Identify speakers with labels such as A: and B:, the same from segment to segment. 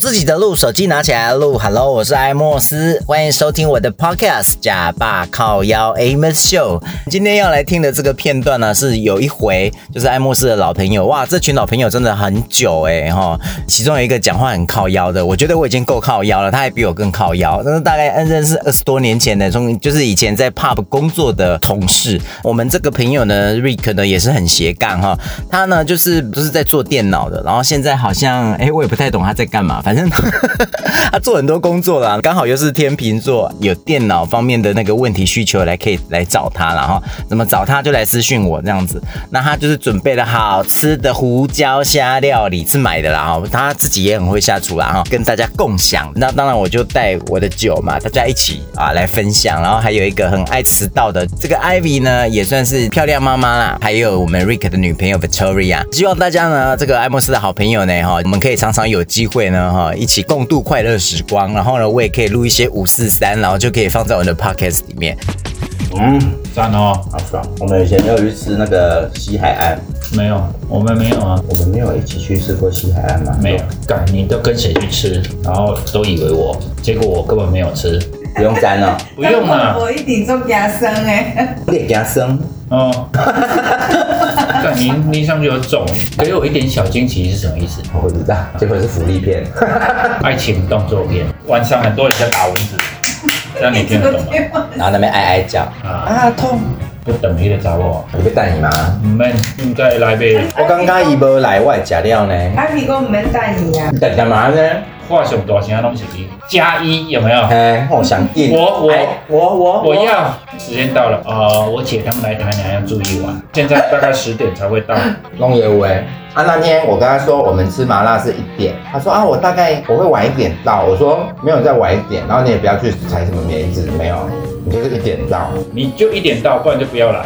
A: 自己的路，手机拿起来录。Hello，我是艾莫斯，欢迎收听我的 Podcast《假爸靠腰 Amos Show》。今天要来听的这个片段呢、是有一回就是艾莫斯的老朋友，哇，这群老朋友真的很久哎、哈。其中有一个讲话很靠腰的，我觉得我已经够靠腰了，他还比我更靠腰。但是大概嗯认识二十多年前的，从就是以前在 pub 工作的同事，我们这个朋友呢，Rick 呢也是很斜杠哈，他呢就是不是在做电脑的，然后现在好像哎、我也不太懂他 在干嘛，反正他做很多工作啦，刚好又是天秤座，有电脑方面的那个问题需求来可以来找他了哈，怎么找他就来私讯我这样子，那他就是准备了好吃的胡椒虾料理是买的啦哈，他自己也很会下厨啦哈，跟大家共享，那当然我就带我的酒嘛，大家一起啊来分享，然后还有一个很爱迟到的这个 Ivy 呢，也算是漂亮妈妈啦，还有我们 Rick 的女朋友 Victoria，希望大家呢这个爱莫斯的好朋友呢哈，我们可以常常有机会呢哈一起共度快乐时光，然后呢我也可以录一些五四三，然后就可以放在我的 Podcast 里面。
B: 嗯，赞哦。
C: 好爽！我们以前要去吃那个西海岸，
B: 没有，我们没有啊，
C: 我们没有一起去吃过西海岸吗？
B: 没有。干，你都跟谁去吃？然后都以为我，结果我根本没有吃。
C: 不用 沾哦，
B: 不用啦，
D: 我一顶中牙生哎，
C: 有点夹生。
B: 哦。干，你你上去有种，给我一点小惊喜是什么意思？
C: 我不知道，结果是福利片。
B: 爱情动作片，晚上很多人在打蚊子，这样你听得懂吗？
C: 然后那边哀哀叫，
B: 啊，
C: 啊痛！
B: 不等于的找我，
C: 你被带你吗？
B: 你们应该来杯
C: 我刚刚伊无来，我食了呢。
D: 阿皮哥没带你啊呀、
C: 你在干嘛呢？
B: 画上大声拢是你加一有没有？
C: 嘿，哎我想进。
B: 我我
C: 哎我我
B: 我要时间到了，呃，我姐他们来台南要住一晚，现在大概十点才会 到。
C: 弄野味。啊，那天我跟他说我们吃麻辣是一点，他说啊，我大概我会晚一点到。我说没有再晚一点，然后你也不要去踩什么名字，没有，你就是一点到。
B: 你就一点到，不然就不要来。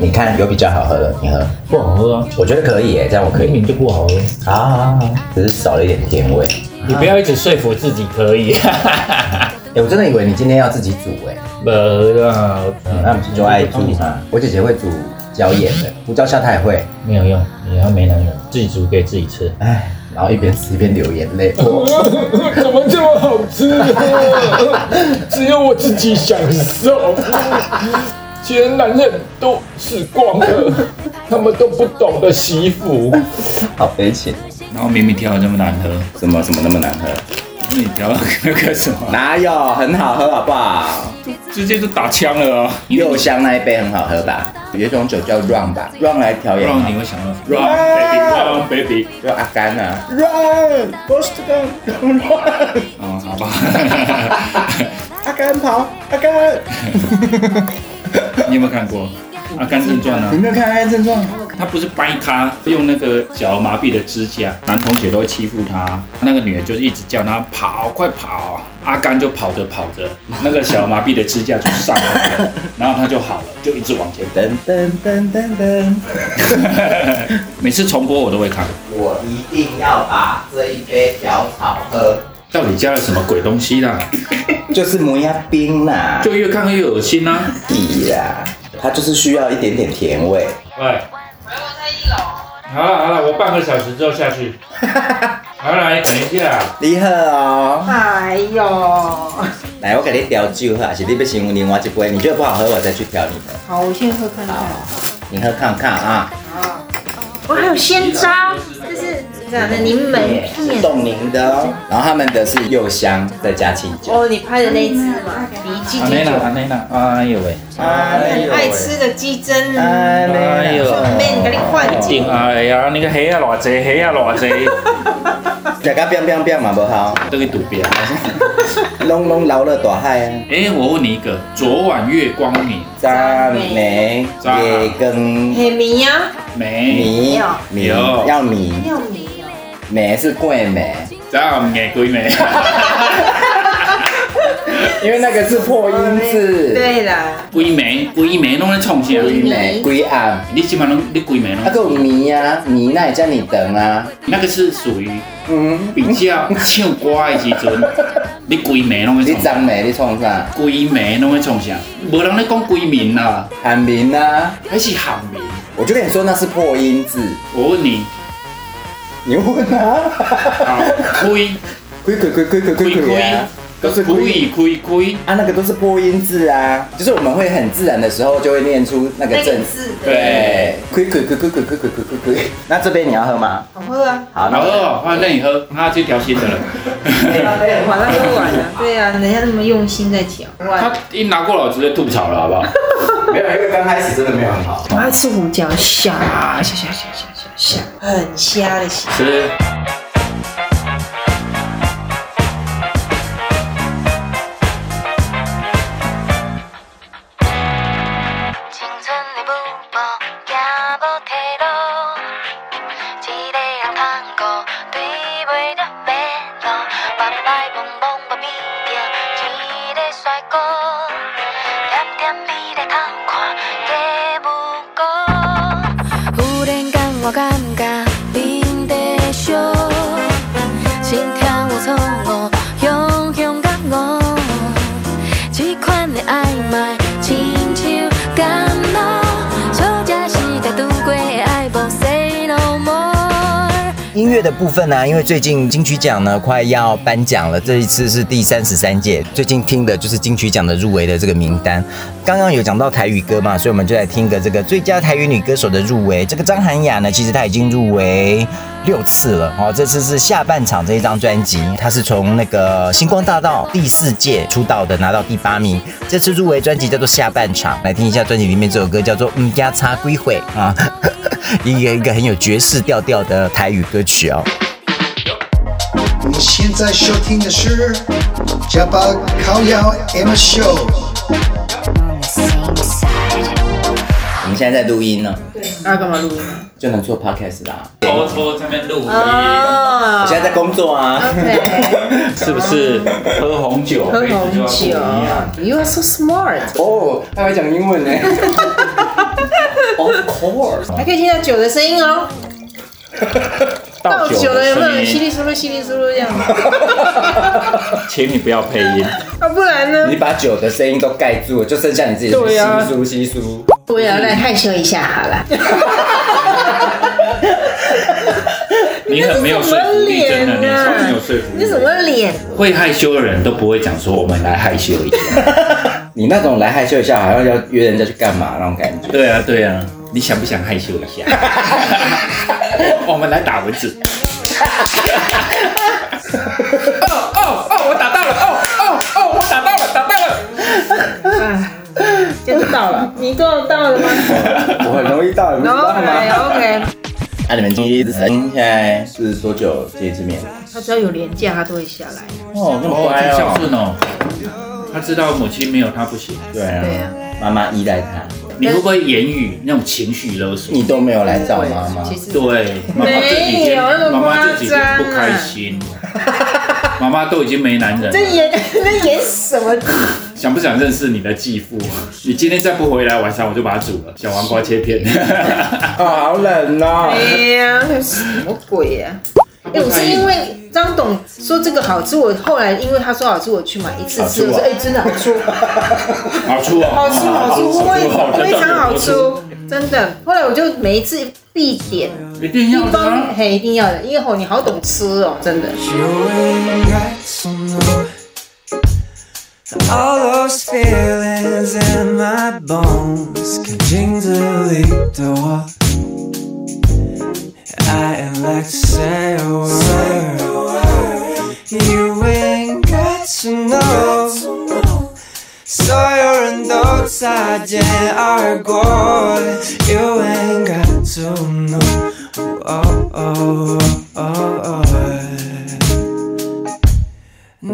C: 你看有比较好喝的，你喝。
B: 不好喝啊，
C: 我觉得可以耶，这样我可以。
B: 就不好喝。
C: 啊，只是少了一点甜味。
B: 你不要一直说服自己可 以。
C: 哎、我真的以为你今天要自己煮哎、
B: 没啦，
C: 那不是就爱煮吗？我姐姐会煮椒盐的，胡椒虾她也会。
B: 没有用，你要没男人，自己煮给自己吃。
C: 哎，然后一边吃一边流眼泪。我
B: 怎么这么好吃、 只有我自己享受。 其实男人都死光了，他们都不懂得惜福。
C: 好悲情，
B: 然后明明调的这么难喝，哦
C: 怎么怎么那么难喝？
B: 你调 那个什么，
C: 哪有，很好喝好不好？
B: 直接就打枪了啊！
C: 柚香那一杯很好喝吧？有一种酒叫 Run 吧，Run 来调
B: 不
C: 也很
B: 然
C: 好
B: 你，会想到 Run baby Run baby，
C: 就阿甘啊，Run，我是跟 Run，
B: 哦，好吧。
C: 阿甘跑，阿甘，
B: 你有没有看过《阿甘正传》
C: 你
B: 啊？
C: 没有看《阿甘正传》？
B: 他不是掰咖，用那个脚麻痹的支架，男同学都会欺负他。那个女的就是一直叫他跑，快跑！阿甘就跑着跑着，那个小麻痹的支架就上来 了，然后他就好了，就一直往前
C: 噔噔噔噔噔。
B: 奔。 每次重播我都会看，
C: 我一定要把这一杯调好喝，
B: 到底加了什么鬼东西啦？
C: 就是磨牙冰啦、
B: 就越看越恶心啦、啊！
C: 底啦，它就是需要一点点甜味。
B: 喂，好了好了，我半个小时之后下 去。好来，等一下。
C: 你好哦，
D: 哎呦，
C: 来我给你调酒喝，还是你不行，另外一杯，你觉得不好喝我再去调你的，
D: 好，我先喝看看。好，
C: 你喝看看啊。
D: 我还有鲜渣，这是这样的柠檬
C: 是
D: 片。
C: 冻龄的哦，然后他们的是柚香再加清酒。
D: 哦，你拍的那一只嘛，比鸡
B: 安
D: 精
B: 内娜，
D: 酒，
B: 安内娜，哎呦喂，
C: 很
D: 啊很爱吃的鸡胗呢。
C: 哎
B: 哎
C: 呦
B: 呦，
D: 面给你换
B: 真哎呀，你个虾啊偌济，虾啊偌济，
C: 大家变变变嘛不好，
B: 都去赌边。啊
C: 拢拢老了大海啊，
B: 哎，我问你一个，昨晚月光明
C: 赞美
B: 赞
C: 月光。
D: 黑米啊呀，
B: 没？
C: 米
D: 有
C: 米
B: 有
C: 要米，
D: 要米哦。
C: 美是桂梅，
B: 咱唔眼鬼 没？
C: 因为那个是破音字，，
D: 对啦，
B: 鬼梅，鬼梅拢在创啥？
C: 桂梅桂暗，
B: 你起码拢你鬼梅
C: 啊，
B: 拢，
C: 个有米啊，米那也叫你等啊，
B: 那个是属于
C: 嗯，
B: 比较唱歌的时阵，你鬼梅拢在
C: 你
B: 创啥？
C: 张 梅你创啥？
B: 鬼梅拢在创啥？无人咧讲鬼名啦，
C: 喊名啊，
B: 还是喊名？
C: 我就跟你说那是破音字，
B: 我问你，
C: 你问啊，
B: 好，鬼
C: 龟龟龟龟龟龟龟啊，都是
B: 故
C: 龟
B: 意故意故意，
A: 啊，那个都是破音字啊，就是我们会很自然的时候就会念出那个
D: 那
A: 正
D: 个
A: 字。
D: 字的，
B: 对。
A: 对，龟龟龟龟龟龟龟龟龟龟。那这边你要喝吗？
D: 好喝啊，
A: 好，那
B: 好
A: 我
B: 了，换任你喝，他去调新的了。
D: 马上喝哎完了。对啊，人家那么用心在调，
B: 他
D: 哇！
B: 一拿过来，我直接吐槽了，好不好？
A: 没有，因为刚开始真的没有很好。
D: 我要吃胡椒虾，虾虾虾虾虾虾，很虾的虾。
B: 吃。
E: 青春的舞步行无退路，一个人探孤，对袂着马路，目屎蒙蒙无边境，一个帅哥，点点美丽偷看假无辜。忽然间我感觉面地烧，心跳有错误，汹汹甲我。这款的爱卖，亲像感冒，吵架时代拄过的爱无 say no more。
A: 音乐的部分呢、因为最近金曲奖呢快要颁奖了，这一次是第三十三届，最近听的就是金曲奖的入围的这个名单。刚刚有讲到台语歌嘛，所以我们就来听一个这个最佳台语女歌手的入围。这个张涵雅呢，其实她已经入围六次了哦，这次是下半场这一张专辑，她是从那个星光大道第四届出道的，拿到第八名。这次入围专辑叫做下半场，来听一下专辑里面这首歌叫做《嗯呀叉归会》啊。一个一个很有爵士调调的台语歌曲哦。
F: 你现在收听的是加巴烤窑 M Show。
A: 我们现在在录音呢，
D: 那干嘛录音？
A: 就能做 podcast 啦。
B: 偷偷在那边录音，
A: 我
D: 哦
A: 现在在工作啊。
D: ，OK，
B: 是不是？喝红酒，
D: 喝
B: 杯
D: 红
B: 子就要
D: 酒
B: 不一样。
D: ，You are so smart，
A: 哦，他会讲英文 呢。of course。
D: 还可以听到酒的声音哦。倒酒了有没有稀里疏噜稀里疏噜 这样？
B: 请你不要配 音。
D: 啊，不然呢？
A: 你把酒的声音都盖住了，就剩下你自己
B: 对啊
A: 稀疏稀疏。
D: 我也要来害羞一下好 了。
B: 你很没有说服力，真的，你超没有说服力。
D: 你什么脸？
B: 会害羞的人都不会讲说 我们来害羞一下。
A: 你那种来害羞一下，好像要约人家去干嘛那种感觉。
B: 对啊，对啊，你想不想害羞一下？ 我们来打蚊子。哦哦哦，我打到了！哦哦哦，我打到了，打到了！
D: 哎，就到了，你够到了吗
A: 我很容易哦到，你不知道
D: ？OK
A: 吗？
D: OK，
A: 那你们今天现在是多久见一次面？
D: 他只要有廉价，他都会下来。
A: 哦，那么
B: 哦，
A: 乖
B: 真孝
A: 哦。
B: 顺哦。他知道母亲没有他不行。
A: 对啊
D: 对啊，
A: 妈妈依赖他。
B: 你会不会言语那种情绪勒索
A: 你？都没有来找妈妈
D: 其，实
B: 对，妈妈这几
D: 没
B: 天，
D: 有那
B: 妈妈
D: 么夸张啊
B: 这几天不开 心，妈妈都已经没男人
D: 这
B: 了，
D: 演这演什么？啊
B: 想不想认识你的继父？啊你今天再不回来，晚上我就把它煮了，小黄瓜切片。
A: 啊好冷哦
D: 哎呀，那什么鬼呀、哎、我是因为张董说这个好吃，我后来因为他说好吃，我去买一次
A: 好吃
D: 吃，我说
A: 哦
D: 哎、真的好吃，
B: 好出哦，
D: 好吃好
B: 好
D: 吃，
B: 吃
D: 非非常好吃，哦真的。后来我就每一次必点
B: 一定
D: 一
B: 要的
D: 包
B: 啊，
D: 嘿，一定要的，因为吼你好懂吃哦，真的。
G: You ain't got to know all those feelings in my bones can delete the wall. I ain't like to say a word. You ain't got to know. So you're in those I are good. You ain't got to know. Oh, oh, oh, oh, oh.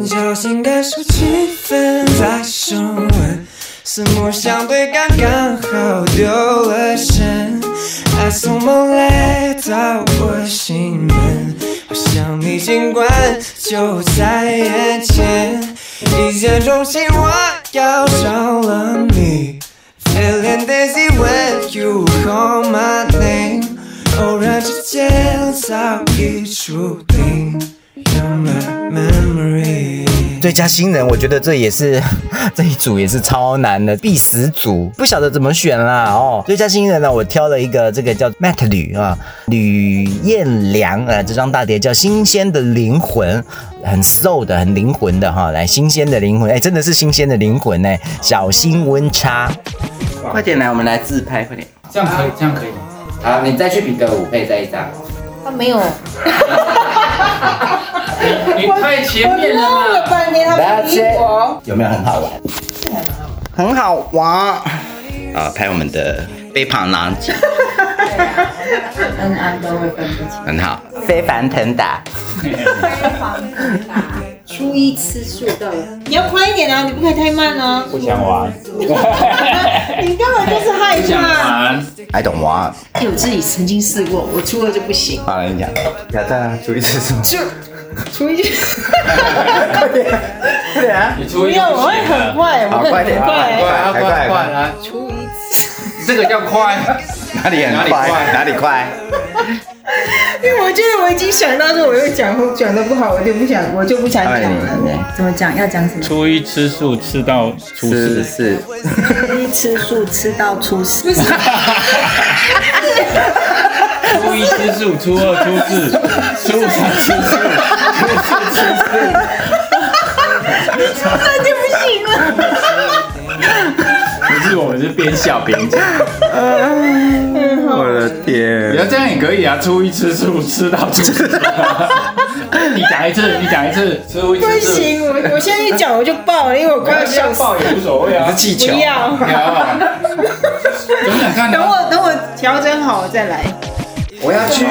G: 侥幸感受气氛在升温，四目相对刚刚好丢了神，爱从梦来到我心门，好想你尽管就在眼前，一见钟情我要上了你。Feeling dizzy when you call my name，偶然之间早已注定。You're my memory。
A: 最佳新人，我觉得这也是 这一组也是超难的必死组，不晓得怎么选啦哦。最佳新人呢，我挑了一个这个叫 Matt 吕啊，吕彦良啊，这张大碟叫《新鲜的灵魂》。很瘦的、很灵魂的哈，来新鲜的灵魂，哎、真的是新鲜的灵魂哎、小心温差。
H: 快点来，我们来自拍，快点。
B: 这样可以，这样可以吗？
I: 好，你再去比个五倍再一张。
D: 他没有，
B: 你太前面了
D: 闹了
B: 啦！
D: 半天，他
I: That's
D: 不理我。
A: 有没有很好玩？
H: 很好玩。啊，拍我们的飞跑狼藉，
J: 恩安都会分不清。
H: 很好。非凡腾达，
D: 初一吃素到了，你要快一点啊，你不可以太慢哦。
B: 不想 玩，
D: 你根本就是害
B: 不想
D: 怕。
B: 玩，
C: I don't want。
D: 哎，我自己曾经试过，我初二就不行，
B: 啊
C: 好了，你讲，
H: 挑战啊！注意吃素。
D: 就初一就。
B: 你出
D: 不
B: 一
D: 要，我会很快，我
C: 好，
D: 会
C: 快
D: 很
C: 点，快
D: 快。
C: 快，快
B: 快
C: 快，
B: 来，出一，这个叫快，
C: 哪里很
B: 哪里
C: 快？
B: 快
C: 哪里快？
D: 因为我觉得我已经想到说，我又讲讲的不好，我就不想，我就不想讲
B: 哎
D: 了。
J: 怎么讲？要讲什么？
B: 初一吃素吃到初
H: 是
B: 四，
H: 是，
J: 初一吃素吃到初 四，
B: 初一吃素，初二初 四，初三初四，
D: 那就不行了。
B: 不是我们是边笑边讲，
H: 我的
B: 你
H: 天！
B: 要这样也可以啊，初一吃素吃到初四， 你讲一次，你讲一次，初一
D: 不
B: 吃素，
D: 行，我我现在一讲我就爆了，因为我快要
B: 要
D: 笑死。
B: 爆也无所谓啊，
H: 技
D: 不
H: 巧，
D: 要，
B: 你要啊，想想看啊，
D: 等我等我调整好我再来。
C: 我要去，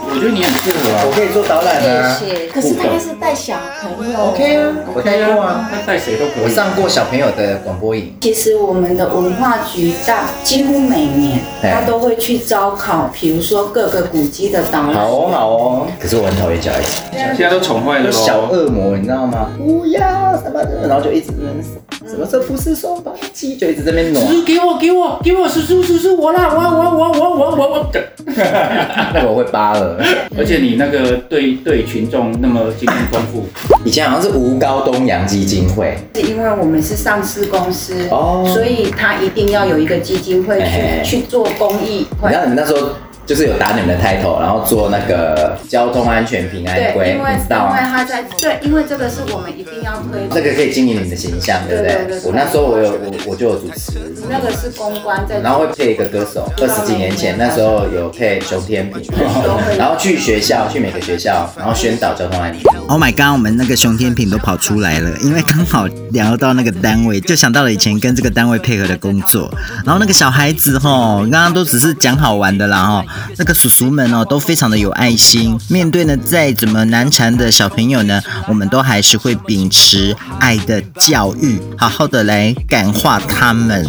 B: 我觉得你很适合啊
C: 我，可以做导览啊，
J: 可是他是带小朋友。
B: 哦
C: OK 啊，我带过啊，
B: 那带谁都可
C: 我
B: 以。
C: 上过小朋友的广播影。
J: 其实我们的文化局大几乎每年，
C: 对
J: 他都会去招考，比如说各个古迹的导览
C: 好。哦，好哦。可是我很讨厌小孩子，
B: 现在都宠坏了
C: 就小
B: 咯，
C: 恶魔，你知道吗？不要什么的，然后就一直在那边什么这不是双胞鸡，就一直在那边挪。
B: 给我给我给我叔叔叔叔我啦我我我我我我我。
C: 那个我会扒了。
B: 而且你那个对对群众那么经验丰富，
C: 以前好像是吴高东洋基金会，
J: 是因为我们是上市公司，
C: 哦
J: 所以他一定要有一个基金会去、
C: 哎
J: 去做公益
C: 你
J: 会
C: 知。道你们那时候就是有打你们的 title，然后做那个交通安全平安
J: 对，
C: 规，
J: 因为
C: 你知道
J: 因为
C: 吗？
J: 他在对，因为这个是我们一定要推
C: 这个可以经营你们的形象，对不
J: 对对
C: 对？
J: 对
C: 我那时候我有我我就有主持，
J: 那个是公关在
C: 然后会配一个歌手，二十几年前那时候有配熊天平， 然后去学校去每个学校，然后宣导交通安全。
A: Oh my god！我们那个熊天品都跑出来了，因为刚好聊到那个单位，就想到了以前跟这个单位配合的工作。然后那个小孩子吼，刚刚都只是讲好玩的啦吼，那个叔叔们哦都非常的有爱心。面对呢再怎么难缠的小朋友呢，我们都还是会秉持爱的教育，好好的来感化他们。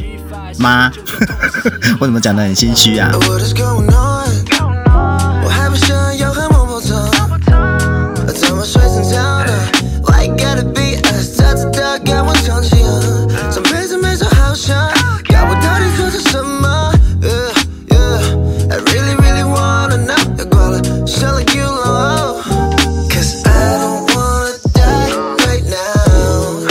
A: 妈， 我怎么讲的很心虚啊？
G: What is going on？我还不想要和梦不同，怎么睡成这样的？Why you gotta be us？再次的给我场景，这辈子没说好想，要我到底做些什么？Yeah, uh, yeah, I really, really wanna know。要挂了，想了 you long。Cause I don't wanna die right now。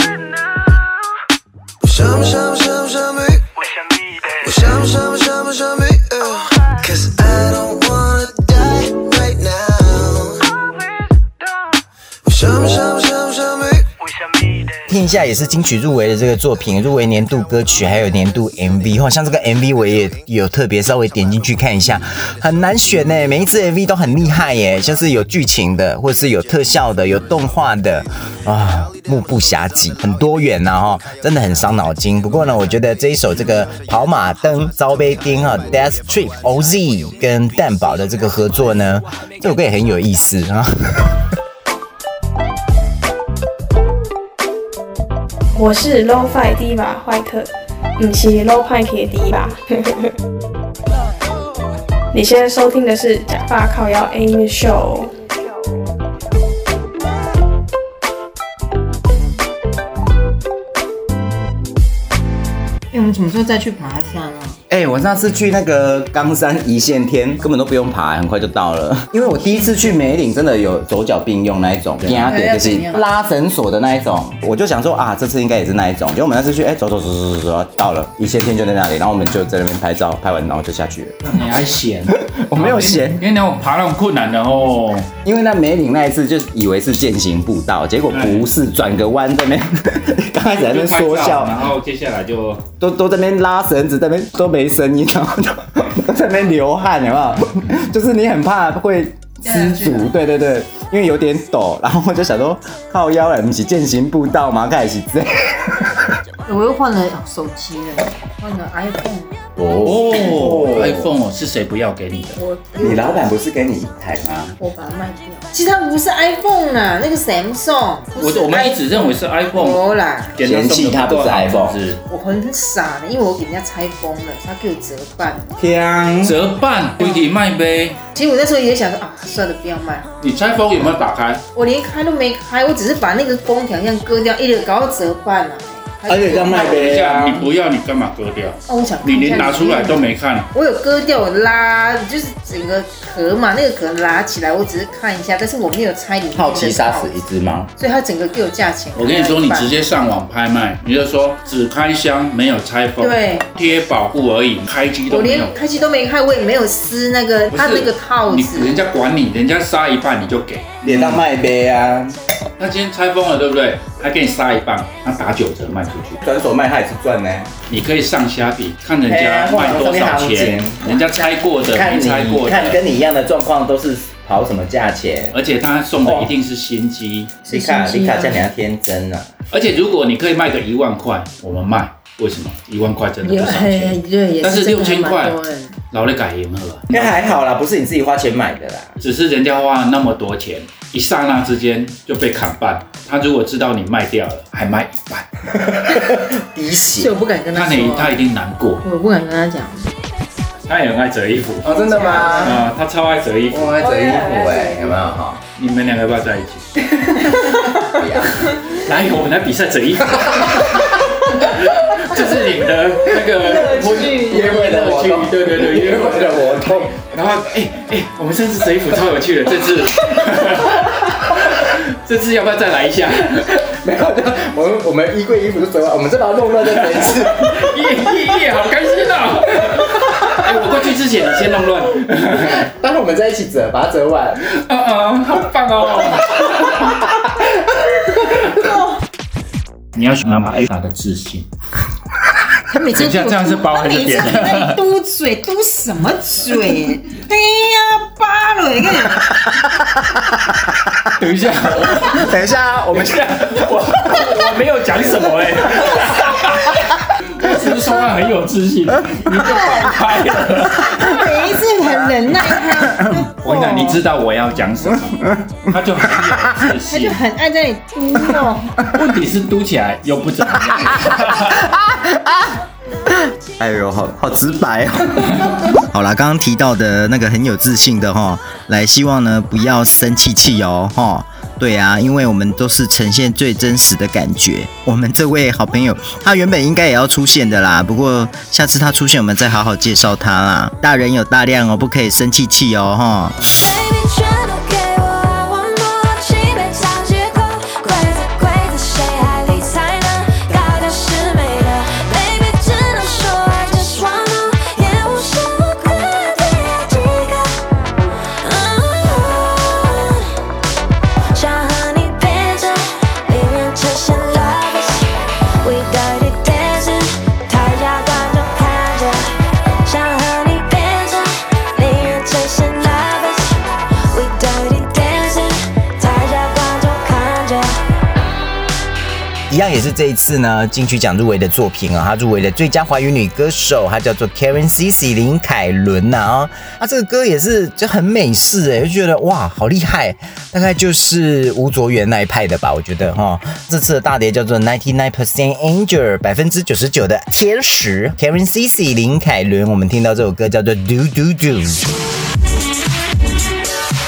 G: 我想不想不想不想你？我想不想不想不想你呃 Cause I don't wanna die right now 我想不想不想不想你
A: 听一下也是金曲入围的这个作品，入围年度歌曲还有年度 MV 哦，像这个 MV 我也有特别稍微点进去看一下，很难选呢，每一支 MV 都很厉害耶，像是有剧情的，或者是有特效的，有动画的啊，目不暇给，很多元呐、哈、真的很伤脑筋。不过呢，我觉得这一首这个跑马灯、招杯丁啊、Death Trip OZ 跟蛋宝的这个合作呢，这首歌也很有意思啊。
K: 我是 low fi 第一把坏客，嗯，是 low fi 的第一把。 你现在收听的是假发靠腰 Amy Show。因为
D: 们什么时候再去爬山啊？
A: 哎、我上次去那个冈山一线天，根本都不用爬，很快就到了。因为我第一次去梅岭，真的有手脚并用那一种，压
D: 哎
A: 对，
D: 要
A: 就是
D: 怎样
A: 拉绳索的那一种。我就想说啊，这次应该也是那一种。结果我们那次去，哎、走走走走走走，到了一线天就在那里，然后我们就在那边拍照，拍完然后就下去了。
B: 你还闲？
A: 我没有闲，
B: 因为那种爬那种困难的哦。
A: 因为那梅岭那一次就以为是践行步道，结果不是，转个弯在那边，刚开始在那边说
B: 就拍照
A: 笑，
B: 然后接下来就
A: 都都在那边拉绳子，在那边都没声音，然后就 都在那边流汗，有没有？ 就是你很怕会失足，对啊对对，因为有点陡，然后我就想说靠腰了，不是践行步道吗？开始这样
D: 我又换了手机了，换了 iPhone。
B: 哦，iPhone 哦是谁不要给你的？
D: 我
A: 你老板不是给你一台吗？
D: 我把它卖掉。其实它不是 iPhone 啦，那个 Samsung 不是
B: 我我们一直认为是 iPhone
D: 哦啦，
B: 给他送的
A: 嫌弃它不是
B: 不好
A: iPhone
B: 是不
D: 我很傻的，因为我给人家拆封了，他给我折半。
A: 天，
B: 是折半归你卖呗。
D: 其实我那时候也想说啊，算了，不要卖。
B: 你拆封有没有打开？
D: 我连开都没开，我只是把那个封条这样割掉，一人搞到折半了、啊。
B: 等一下，你不要，你干嘛割掉？
D: 哦，我想看一
B: 你
D: 下
B: 连拿出来都没看。
D: 我有割掉，我拉就是整个壳嘛，那个壳拉起来，我只是看一下，但是我没有拆里面。
H: 好奇杀死一只猫。
D: 所以它整个给我价钱。
B: 我跟你说，你直
D: 接
B: 接上网拍卖，你就说只开箱没有拆封，
D: 对，
B: 贴保护而已，开机都
D: 我
B: 没有
D: 连。开机都没开，我也没有撕那个
B: 不是
D: 它那个套
B: 你
D: 子。
B: 人家管你，人家杀一半你就给。
A: 也当卖呗啊，
B: 那今天拆封了，对不对？还给你杀一半，那打九折卖出去。
A: 转手卖它也是赚呢。
B: 你可以上虾比看人家
H: 哎或者
B: 卖多少
H: 说那
B: 钱
H: 行，
B: 人家拆过的
H: 看
B: 没
H: 你
B: 拆过
H: 看
B: 的，
H: 跟你一样的状况都是跑什么价钱？
B: 而且他送
H: 哦
B: 的一定是新机。
H: 你看，你看，这样你天真啊！
B: 而且如果你可以卖个一万块，我们卖，为什么？一万块真的不少
H: 哎
B: 钱，
D: 对，也
B: 但是
D: 真的
B: 6000
D: 还蛮
B: 块
D: 多人
B: 劳力改银河，
H: 那还好啦，不是你自己花钱买的啦。
B: 只是人家花了那么多钱，一刹那之间就被砍半。他如果知道你卖掉了，还卖一半，
H: 滴
D: 所以
H: 血
D: 我不敢跟
B: 那
D: 他
B: 你
D: 说，
B: 他一定难过。
D: 我不敢跟他讲。
B: 他也很爱折衣服
H: 哦，真的吗？
B: 啊，他超爱折衣服。
H: 我爱折衣服哎，有没有哈？
B: 你们两个要不要在一 起？哪有我们来比赛折衣服？这是你们的那个婚约会的乐趣，对对对，约会的活动。然后，哎哎，我们上次折衣服超有趣的，这次，这次要不要再来一下？
A: 没有，我们我们衣柜衣服就折完，我们再把它弄乱再折一次。
B: 耶耶耶，好开心啊！哎，我过去之前你先弄乱，
A: 待会我们在一起折，把它折完。
B: 啊啊，好棒哦！你要拿马艾达的自信。
D: 他每次
B: 等一下
D: 对我
B: 这样是包还是
D: 他每次
B: 扁的
D: 在那里嘟嘴，嘟什么嘴？哎呀，巴了！你看，
B: 等一下，
A: 等一下啊，我们现在
B: 我我没有讲什么哎、我只是说他很有自信，你就反拍了。
D: 每一次很忍耐他，
B: 我跟你讲，你知道我要 讲什么，他就很有自
D: 他就
B: 信。
D: 很爱在那里嘟哦。
B: 问题是嘟起来又不怎么样。
A: 哎呦，好好直白哦。 好啦，刚刚提到的那个很有自信的哈、来，希望呢不要生气气哦，哈、对啊，因为我们都是呈现最真实的感觉。我们这位好朋友，他原本应该也要出现的啦，不过下次他出现，我们再好好介绍他啦。大人有大量哦，不可以生气气哦，哈、
E: Baby，全都给我，好玩默契被唱借口，规则规则谁还理睬呢？高调是美的，Baby 只能说 I just want you，也无所谓第几个。uh-huh 想和你变成里面呈现 lovers，We dirty dancing，台下观众看着。想和你变成里面呈现 lovers，We dirty dancing，台下观众看着。
A: 一样也是这一次呢金曲奖入围的作品啊，她入围了最佳华语女歌手，她叫做 Karen Cici 林凯伦呐啊，她这个歌也是就很美式哎、就觉得哇好厉害，大概就是吴卓源那一派的吧，我觉得哈，这次的大碟叫做 Ninety Nine Percent Angel 百分之九十九的天使 Karen Cici 林凯伦，我们听到这首歌叫做 Do Do Do。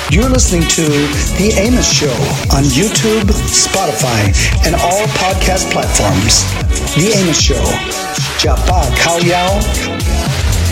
F: You're listening to The Amos Show on YouTube, Spotify, and all podcast platforms. The Amy Show，假发靠腰。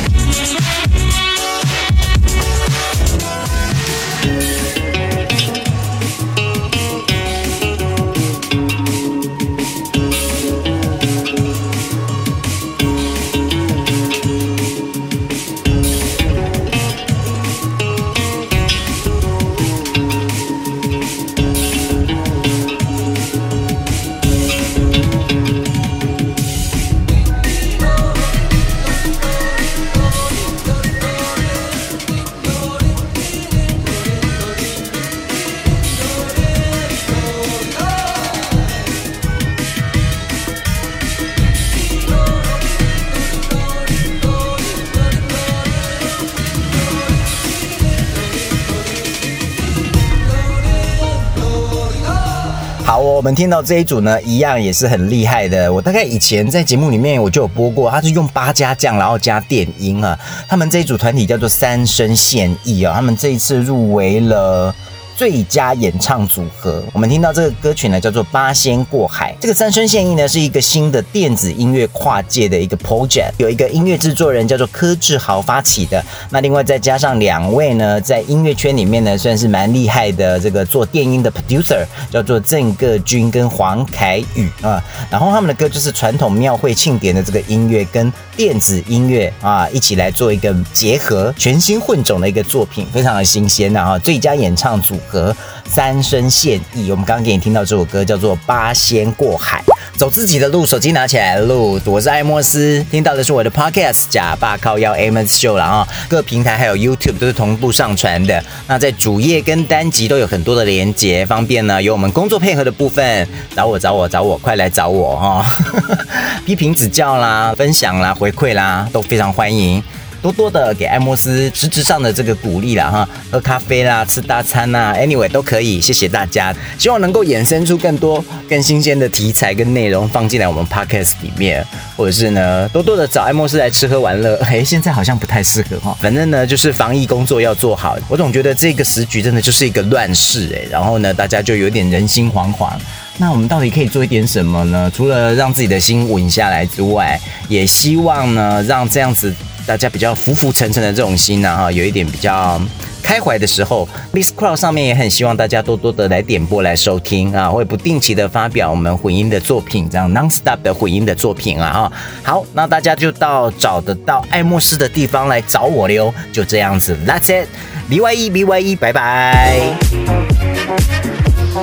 A: 好、哦，我们听到这一组呢，一样也是很厉害的。我大概以前在节目里面我就有播过，它是用八家酱，然后加电音啊。他们这一组团体叫做三生现役啊，他们这一次入围了。最佳演唱组合，我们听到这个歌曲呢，叫做《八仙过海》。这个三生现役呢，是一个新的电子音乐跨界的一个 project，有一个音乐制作人叫做柯志豪发起的。那另外再加上两位呢，在音乐圈里面呢，算是蛮厉害的这个做电音的 producer，叫做郑各军跟黄凯宇啊。然后他们的歌就是传统庙会庆典的这个音乐跟电子音乐啊，一起来做一个结合，全新混种的一个作品，非常的新鲜呐、啊、哈。最佳演唱组合三生现役。我们刚刚给你听到这首歌叫做《八仙过海》，走自己的路，手机拿起来录。我是艾莫斯，听到的是我的 podcast 假爸靠腰 Amos 秀了啊，各平台还有 YouTube 都是同步上传的。那在主页跟单集都有很多的连接，方便呢有我们工作配合的部分，找我找我找我，快来找我哈、 哦！批评指教啦，分享啦，回馈啦，都非常欢迎。多多的给艾莫斯实质上的这个鼓励啦哈，喝咖啡啦，吃大餐啦，anyway 都可以，谢谢大家，希望能够衍生出更多更新鲜的题材跟内容放进来我们 podcast 里面，或者是呢多多的找艾莫斯来吃喝玩乐， 哎，现在好像不太适合哈，反正呢就是防疫工作要做好，我总觉得这个时局真的就是一个乱世哎、然后呢大家就有点人心惶惶。那我们到底可以做一点什么呢？除了让自己的心稳下来之外，也希望呢，让这样子大家比较浮浮沉沉的这种心呢，哈，有一点比较开怀的时候。Miss Crowd 上面也很希望大家多多的来点播来收听啊，会不定期的发表我们混音的作品，这样 non-stop 的混音的作品啊，哈。好，那大家就到找得到爱莫斯的地方来找我溜，就这样子，That's it，B Y E B Y E，拜拜。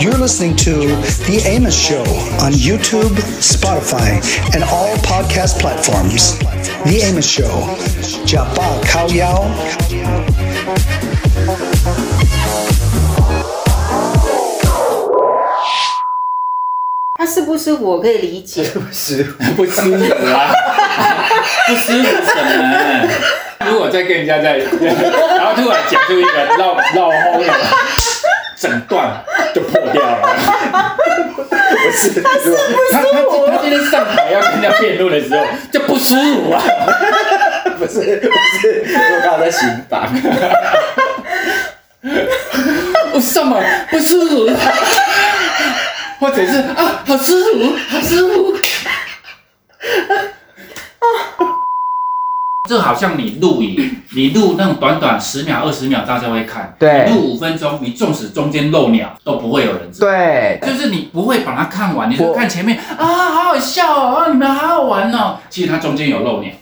F: You're listening to The Amos Show on YouTube, Spotify, and all podcast platforms. The Amos Show. Japa Kao Yao.
D: 他是不是我可以理解？
B: 是不舒服啊，不舒服什么？如果再跟人家在，然后突然讲出一个绕绕轰了，整段就破掉了。不是，他是不他他今天上台要跟人家辩论的时候就不舒服啊，不是不是，我刚好在刑法。我什么不舒服？或者是啊，好舒服，好舒 服。这好像你录影，你录那种短短十秒、二十秒，大家会看。
C: 对
B: 你录五分钟，你纵使中间漏秒，都不会有人知道。
C: 对，
B: 就是你不会把它看完，你就看前面啊，好好笑哦，啊你们好好玩哦。其实它中间有漏鸟。